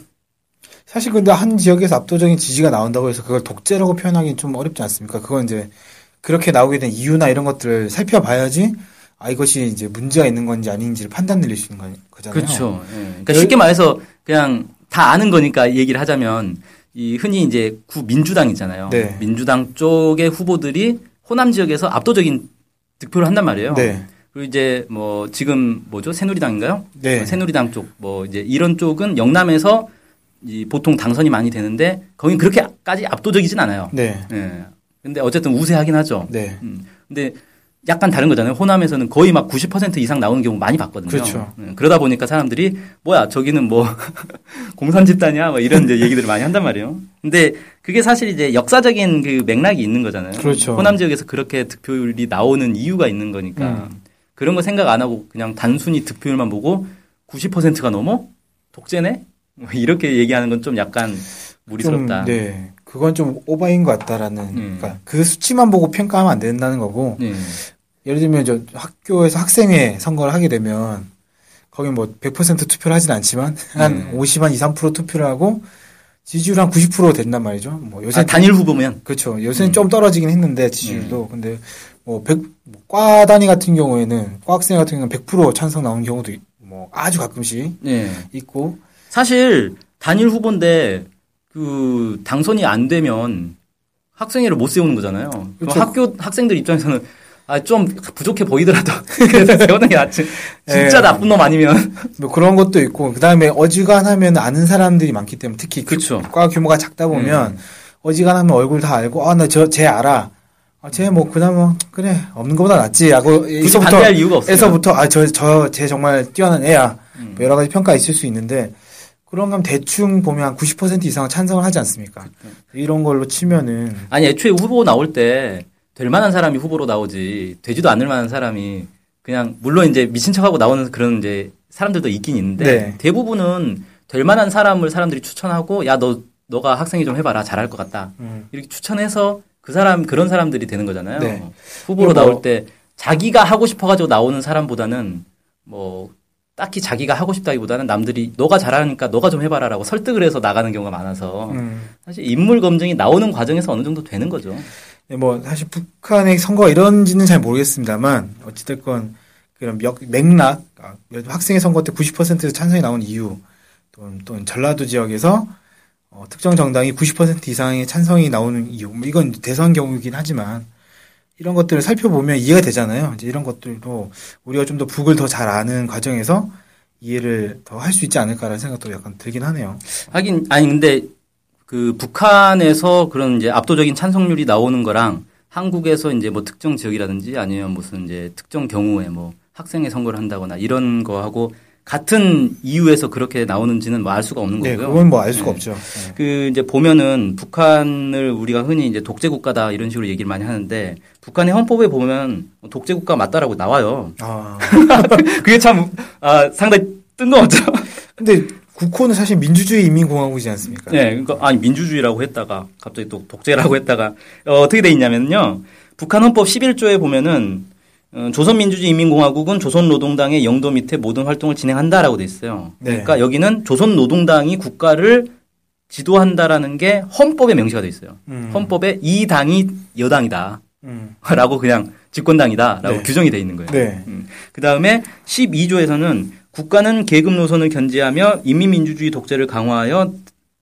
A: 사실 근데 한 지역에서 압도적인 지지가 나온다고 해서 그걸 독재라고 표현하기는 좀 어렵지 않습니까? 그건 이제 그렇게 나오게 된 이유나 이런 것들을 살펴봐야지 아 이것이 이제 문제가 있는 건지 아닌지를 판단 내릴 수 있는 거- 거잖아요.
B: 그렇죠. 예. 그러니까 쉽게 말해서 그냥 다 아는 거니까 얘기를 하자면 이 흔히 이제 구 민주당이잖아요.
A: 네.
B: 민주당 쪽의 후보들이 호남 지역에서 압도적인 득표를 한단 말이에요.
A: 네.
B: 그리고 이제 뭐 지금 뭐죠 새누리당인가요?
A: 네.
B: 뭐 새누리당 쪽 뭐 이제 이런 쪽은 영남에서 이 보통 당선이 많이 되는데 거긴 그렇게까지 압도적이진 않아요.
A: 네.
B: 예. 근데 어쨌든 우세하긴 하죠.
A: 네.
B: 음. 근데 약간 다른 거잖아요. 호남에서는 거의 막 90% 이상 나오는 경우 많이 봤거든요.
A: 그렇죠.
B: 네, 그러다 보니까 사람들이 뭐야 저기는 뭐 공산 집단이야 뭐 이런 이제 얘기들을 많이 한단 말이에요. 근데 그게 사실 이제 역사적인 그 맥락이 있는 거잖아요.
A: 그렇죠.
B: 호남 지역에서 그렇게 득표율이 나오는 이유가 있는 거니까
A: 음.
B: 그런 거 생각 안 하고 그냥 단순히 득표율만 보고 90%가 넘어 독재네 뭐 이렇게 얘기하는 건 좀 약간 무리스럽다.
A: 좀, 네. 그건 좀 오바인 것 같다라는
B: 음.
A: 그러니까 그 수치만 보고 평가하면 안 된다는 거고
B: 네.
A: 예를 들면 저 학교에서 학생회 선거를 하게 되면 거기 뭐 100% 투표를 하진 않지만 한
B: 네.
A: 50, 한 2, 3% 투표를 하고 지지율 한 90% 된단 말이죠. 뭐 요새
B: 아, 단일 음. 후보면
A: 그렇죠. 요새는 좀 떨어지긴 했는데 지지율도. 근데 뭐 100, 뭐과 단위 같은 경우에는 과 학생 같은 경우는 100% 찬성 나온 경우도 있- 뭐 아주 가끔씩
B: 네.
A: 있고.
B: 사실 단일 후보인데 그 당선이 안 되면 학생회를 못 세우는 거잖아요. 그럼
A: 그렇죠.
B: 학교 학생들 입장에서는 아 좀 부족해 보이더라도 그래서 세우는 게 낫지. 진짜
A: 예.
B: 나쁜 놈 아니면.
A: 뭐 그런 것도 있고 그다음에 어지간하면 아는 사람들이 많기 때문에 특히
B: 그렇죠.
A: 과 규모가 작다 보면
B: 음.
A: 어지간하면 얼굴 다 알고 아 나 저 쟤 알아. 아, 쟤 뭐 그나마 그래 없는 것보다 낫지라고
B: 굳이 반대할 이유가 없어요. 음.
A: 에서부터 아 저 저 쟤 정말 뛰어난 애야. 뭐 여러 가지 평가 있을 수 있는데 그런 건 대충 보면 한 90% 이상은 찬성을 하지 않습니까?
B: 그렇죠.
A: 이런 걸로 치면은
B: 아니 애초에 후보 나올 때 될 만한 사람이 후보로 나오지 되지도 않을 만한 사람이 그냥 물론 이제 미친 척하고 나오는 그런 이제 사람들도 있긴 있는데
A: 네.
B: 대부분은 될 만한 사람을 사람들이 추천하고 야 너 너가 학생이 좀 해봐라 잘할 것 같다
A: 음.
B: 이렇게 추천해서 그 사람 그런 사람들이 되는 거잖아요
A: 네.
B: 후보로
A: 뭐-
B: 나올 때 자기가 하고 싶어가지고 나오는 사람보다는 뭐 딱히 자기가 하고 싶다기보다는 남들이 너가 잘하니까 너가 좀 해봐라라고 설득을 해서 나가는 경우가 많아서
A: 음.
B: 사실 인물 검증이 나오는 과정에서 어느 정도 되는 거죠.
A: 네, 뭐 사실 북한의 선거가 이런지는 잘 모르겠습니다만 어찌됐건 그런 역, 맥락 아, 예를 들어 학생의 선거 때 90%에서 찬성이 나온 이유 또는, 또는 전라도 지역에서 어, 특정 정당이 90% 이상의 찬성이 나오는 이유 뭐 이건 대선 경우이긴 하지만 이런 것들을 살펴보면 이해가 되잖아요. 이제 이런 것들도 우리가 좀 더 북을 더 잘 아는 과정에서 이해를 더 할 수 있지 않을까라는 생각도 약간 들긴 하네요.
B: 하긴 아니 근데 그 북한에서 그런 이제 압도적인 찬성률이 나오는 거랑 한국에서 이제 뭐 특정 지역이라든지 아니면 무슨 이제 특정 경우에 뭐 학생의 선거를 한다거나 이런 거하고 같은 이유에서 그렇게 나오는지는 뭐 알 수가 없는
A: 네,
B: 거고요.
A: 그건 뭐 알 수가
B: 네.
A: 없죠. 네.
B: 그 이제 보면은 북한을 우리가 흔히 이제 독재 국가다 이런 식으로 얘기를 많이 하는데 북한의 헌법에 보면 독재 국가 맞다라고 나와요.
A: 아.
B: 그게 참 아, 상당히 뜬금없죠.
A: 근데 국호는 사실 민주주의 인민공화국이지 않습니까?
B: 네, 그러니까 아니 민주주의라고 했다가 갑자기 또 독재라고 했다가 어, 떻게돼 있냐면요. 북한 헌법 11조에 보면은 어, 조선민주주의인민공화국은 조선노동당의 영도 밑에 모든 활동을 진행한다라고 돼 있어요.
A: 네.
B: 그러니까 여기는 조선노동당이 국가를 지도한다라는 게 헌법에 명시가 돼 있어요.
A: 음.
B: 헌법에 이 당이 여당이다라고
A: 음.
B: 그냥 집권당이다라고
A: 네. 규정이
B: 규정이 돼 있는 거예요.
A: 네.
B: 그 다음에 12조에서는 국가는 계급 노선을 견제하며 인민민주주의 독재를 강화하여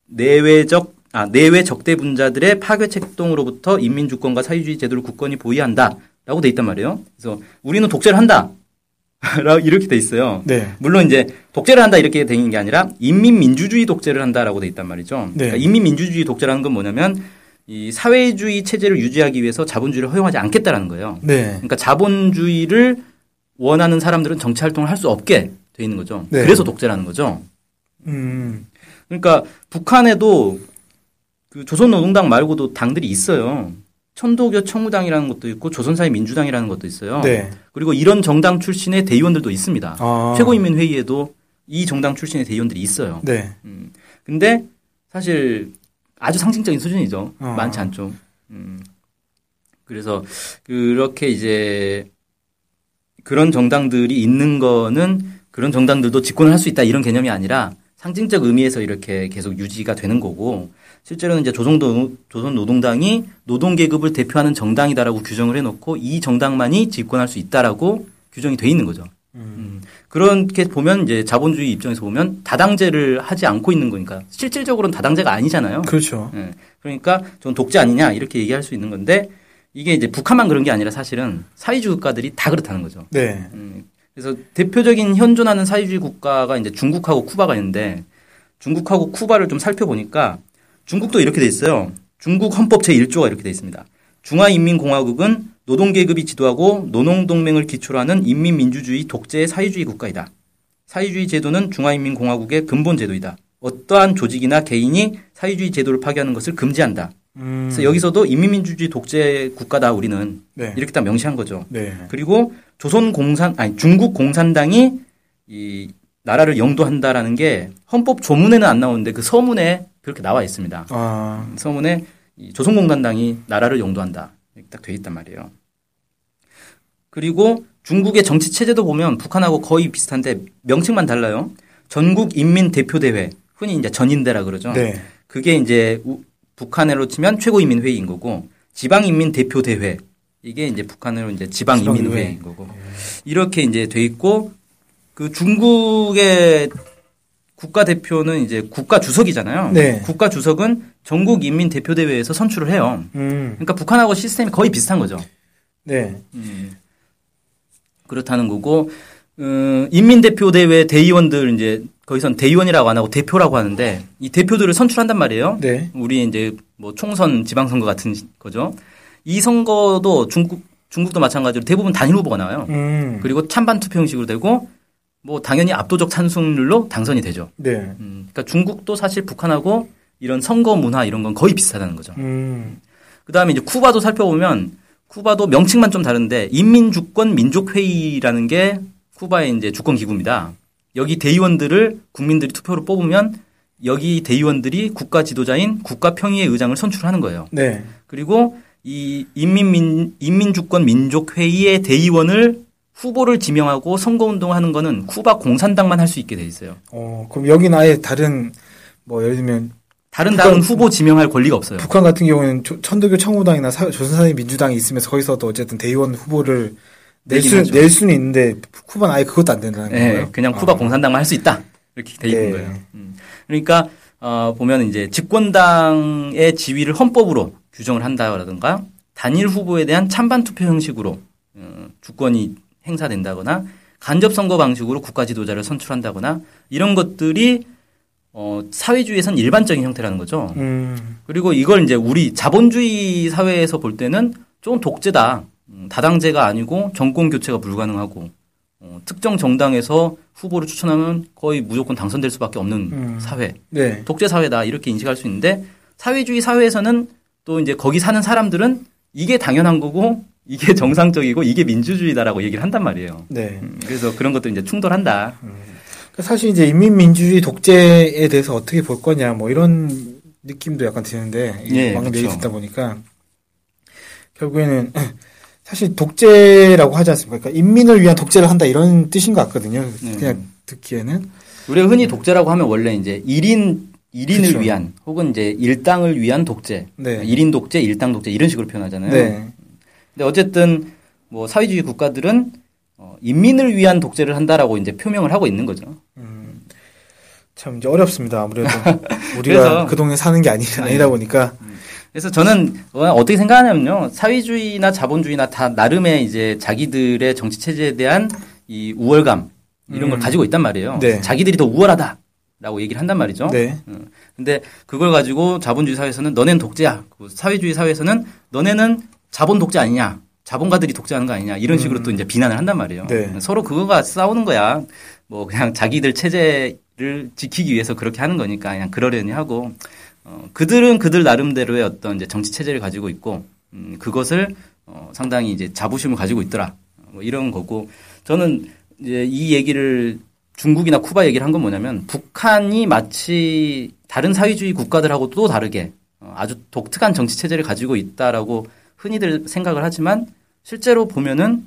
B: 내외적 아 내외 적대 분자들의 파괴 책동으로부터 인민 주권과 사회주의 제도를 굳건히 보위한다라고 돼 있단 말이에요. 그래서 우리는 독재를 한다. 라고 이렇게 돼 있어요.
A: 네.
B: 물론 이제 독재를 한다 이렇게 되 있는 게 아니라 인민민주주의 독재를 한다라고 돼 있단 말이죠.
A: 네.
B: 그러니까 인민민주주의 독재라는 건 뭐냐면 이 사회주의 체제를 유지하기 위해서 자본주의를 허용하지 않겠다라는 거예요.
A: 네.
B: 그러니까 자본주의를 원하는 사람들은 정치 활동을 할 수 없게 돼 있는 거죠.
A: 네.
B: 그래서 독재라는 거죠.
A: 음.
B: 그러니까 북한에도 그 조선노동당 말고도 당들이 있어요. 천도교 청우당이라는 것도 있고 조선사회민주당이라는 것도 있어요.
A: 네.
B: 그리고 이런 정당 출신의 대의원들도 있습니다.
A: 아.
B: 최고인민회의에도 이 정당 출신의 대의원들이 있어요.
A: 네.
B: 근데 사실 아주 상징적인 수준이죠.
A: 어.
B: 많지 않죠. 음. 그래서 그렇게 이제 그런 정당들이 있는 거는 그런 정당들도 집권을 할 수 있다 이런 개념이 아니라 상징적 의미에서 이렇게 계속 유지가 되는 거고 실제로는 이제 조선노, 조선노동당이 노동계급을 대표하는 정당이다라고 규정을 해놓고 이 정당만이 집권할 수 있다라고 규정이 돼 있는 거죠. 음. 그렇게 보면 이제 자본주의 입장에서 보면 다당제를 하지 않고 있는 거니까 실질적으로는 다당제가 아니잖아요.
A: 그렇죠.
B: 예. 그러니까 전 독재 아니냐 이렇게 얘기할 수 있는 건데 이게 이제 북한만 그런 게 아니라 사실은 사회주의 국가들이 다 그렇다는 거죠.
A: 네.
B: 음, 그래서 대표적인 현존하는 사회주의 국가가 이제 중국하고 쿠바가 있는데 중국하고 쿠바를 좀 살펴보니까 중국도 이렇게 돼 있어요. 중국 헌법 제1조가 이렇게 돼 있습니다. 중화인민공화국은 노동계급이 지도하고 노농동맹을 기초로 하는 인민민주주의 독재의 사회주의 국가이다. 사회주의 제도는 중화인민공화국의 근본 제도이다. 어떠한 조직이나 개인이 사회주의 제도를 파괴하는 것을 금지한다.
A: 음.
B: 그래서 여기서도 인민민주주의 독재 국가다 우리는
A: 네.
B: 음. 이렇게 딱 명시한 거죠.
A: 네.
B: 그리고 조선 공산 아니 중국 공산당이 이 나라를 영도한다라는 게 헌법 조문에는 안 나오는데 그 서문에 그렇게 나와 있습니다.
A: 아.
B: 서문에 이 조선 공산당이 나라를 영도한다 이렇게 딱 돼 있단 말이에요. 그리고 중국의 정치 체제도 보면 북한하고 거의 비슷한데 명칭만 달라요. 전국 인민 대표 대회 흔히 이제 전인대라 그러죠.
A: 네.
B: 그게 이제 우- 북한으로 치면 최고인민회의인 거고 지방인민대표대회 이게 이제 북한으로 이제 지방인민회의인 예. 거고 이렇게 이제 돼 있고 그 중국의 국가대표는 이제 국가주석이잖아요.
A: 네.
B: 국가주석은 전국인민대표대회에서 선출을 해요.
A: 음.
B: 그러니까 북한하고 시스템이 거의 비슷한 거죠. 예.
A: 네.
B: 그렇다는 거고 음, 인민대표대회 대의원들 이제 거기선 대의원이라고 안 하고 대표라고 하는데 이 대표들을 선출한단 말이에요.
A: 네.
B: 우리 이제 뭐 총선 지방선거 같은 거죠. 이 선거도 중국 중국도 마찬가지로 대부분 단일 후보가 나와요.
A: 음.
B: 그리고 찬반 투표 형식으로 되고 뭐 당연히 압도적 찬승률로 당선이 되죠.
A: 네.
B: 음, 그러니까 중국도 사실 북한하고 이런 선거 문화 이런 건 거의 비슷하다는 거죠.
A: 음.
B: 그다음에 이제 쿠바도 살펴보면 쿠바도 명칭만 좀 다른데 인민주권 민족회의라는 게 쿠바의 이제 주권 기구입니다. 여기 대의원들을 국민들이 투표로 뽑으면 여기 대의원들이 국가 지도자인 국가 평의의 의장을 선출하는 거예요.
A: 네.
B: 그리고 이 인민민 인민주권 민족회의의 대의원을 후보를 지명하고 선거운동하는 거는 쿠바 공산당만 할 수 있게 돼 있어요.
A: 어, 그럼 여기는 아예 다른 뭐 예를 들면
B: 다른
A: 북한-
B: 당은 후보 지명할 권리가 없어요.
A: 북한 같은 경우는 조- 천도교 청우당이나 사- 조선사회 민주당이 있으면서 거기서도 어쨌든 대의원 후보를 낼,
B: 내긴
A: 수,
B: 하죠.
A: 낼 수는 있는데 쿠바는 아예 그것도 안 된다는
B: 예,
A: 거예요.
B: 그냥 쿠바
A: 아.
B: 공산당만 할 수 있다 이렇게 돼 있는
A: 네.
B: 거예요. 음. 그러니까 어, 보면 이제 집권당의 지위를 헌법으로 규정을 한다라든가 단일 후보에 대한 찬반 투표 형식으로 어, 주권이 행사된다거나 간접 선거 방식으로 국가 지도자를 선출한다거나 이런 것들이 어, 사회주의에선 일반적인 형태라는 거죠.
A: 음,
B: 그리고 이걸 이제 우리 자본주의 사회에서 볼 때는 조금 독재다. 음, 다당제가 아니고 정권 교체가 불가능하고 어, 특정 정당에서 후보를 추천하면 거의 무조건 당선될 수밖에 없는
A: 음.
B: 사회.
A: 네.
B: 독재 사회다 이렇게 인식할 수 있는데 사회주의 사회에서는 또 이제 거기 사는 사람들은 이게 당연한 거고 이게 정상적이고 이게 민주주의다라고 얘기를 한단 말이에요.
A: 네.
B: 음, 그래서 그런 것도 이제 충돌한다.
A: 그러니까 사실 이제 인민민주주의 독재에 대해서 어떻게 볼 거냐 뭐 이런 느낌도 약간 드는데 이
B: 예,
A: 방금
B: 그쵸.
A: 얘기 듣다 보니까 결국에는 사실 독재라고 하지 않습니까? 그러니까 인민을 위한 독재를 한다 이런 뜻인 것 같거든요.
B: 네.
A: 그냥 듣기에는
B: 우리가 흔히 독재라고 하면 원래 이제 일인 일인을
A: 그쵸.
B: 위한 혹은 이제 일당을 위한 독재,
A: 네.
B: 일인 독재, 일당 독재 이런 식으로 표현하잖아요.
A: 네.
B: 근데 어쨌든 뭐 사회주의 국가들은 어, 인민을 위한 독재를 한다라고 이제 표명을 하고 있는 거죠.
A: 음, 참 이제 어렵습니다. 아무래도 우리가
B: 그래서- 예.
A: 그 동네 사는 게 아니, 아니다 보니까
B: 그래서 저는 어, 어떻게 생각하냐면요. 사회주의나 자본주의나 다 나름의 이제 자기들의 정치 체제에 대한 이 우월감 이런 걸
A: 음.
B: 가지고 있단 말이에요.
A: 네.
B: 자기들이 더 우월하다라고 얘기를 한단 말이죠.
A: 네.
B: 근데 그걸 가지고 자본주의 사회에서는 너넨 독재야. 그 사회주의 사회에서는 너네는 자본 독재 아니냐. 자본가들이 독재하는 거 아니냐. 이런
A: 음.
B: 식으로 또 이제 비난을 한단 말이에요.
A: 네.
B: 서로 그거가 싸우는 거야. 뭐 그냥 자기들 체제를 지키기 위해서 그렇게 하는 거니까 그냥 그러려니 하고 어, 그들은 그들 나름대로의 어떤 이제 정치 체제를 가지고 있고 음, 그것을 어, 상당히 이제 자부심을 가지고 있더라. 뭐 이런 거고 저는 이제 이 얘기를 중국이나 쿠바 얘기를 한 건 뭐냐면 북한이 마치 다른 사회주의 국가들하고 또 다르게 어, 아주 독특한 정치 체제를 가지고 있다라고 흔히들 생각을 하지만 실제로 보면은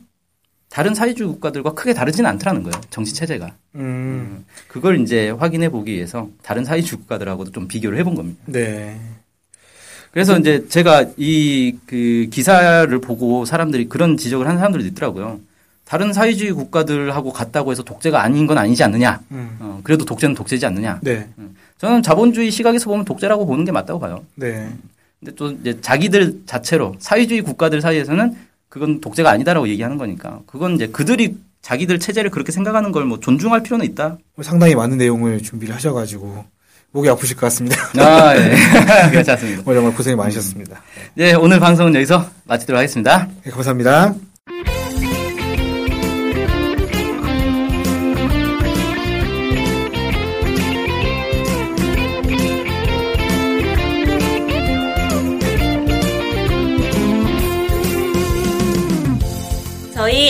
B: 다른 사회주의 국가들과 크게 다르지는 않더라는 거예요 정치 체제가
A: 음.
B: 그걸 이제 확인해 보기 위해서 다른 사회주의 국가들하고도 좀 비교를 해본 겁니다.
A: 네.
B: 그래서 이제 제가 이 그 기사를 보고 사람들이 그런 지적을 하는 사람들도 있더라고요. 다른 사회주의 국가들하고 같다고 해서 독재가 아닌 건 아니지 않느냐.
A: 음.
B: 어, 그래도 독재는 독재지 않느냐.
A: 네.
B: 저는 자본주의 시각에서 보면 독재라고 보는 게 맞다고 봐요.
A: 네.
B: 근데 또 이제 자기들 자체로 사회주의 국가들 사이에서는 그건 독재가 아니다라고 얘기하는 거니까 그건 이제 그들이 자기들 체제를 그렇게 생각하는 걸 뭐 존중할 필요는 있다.
A: 뭐 상당히 많은 내용을 준비를 하셔 가지고 목이 아프실 것 같습니다.
B: 아, 예. 괜찮습니다.
A: 오늘 정말 고생이 많으셨습니다.
B: 예, 오늘 방송은 여기서 마치도록 하겠습니다.
A: 네, 감사합니다.
C: 저희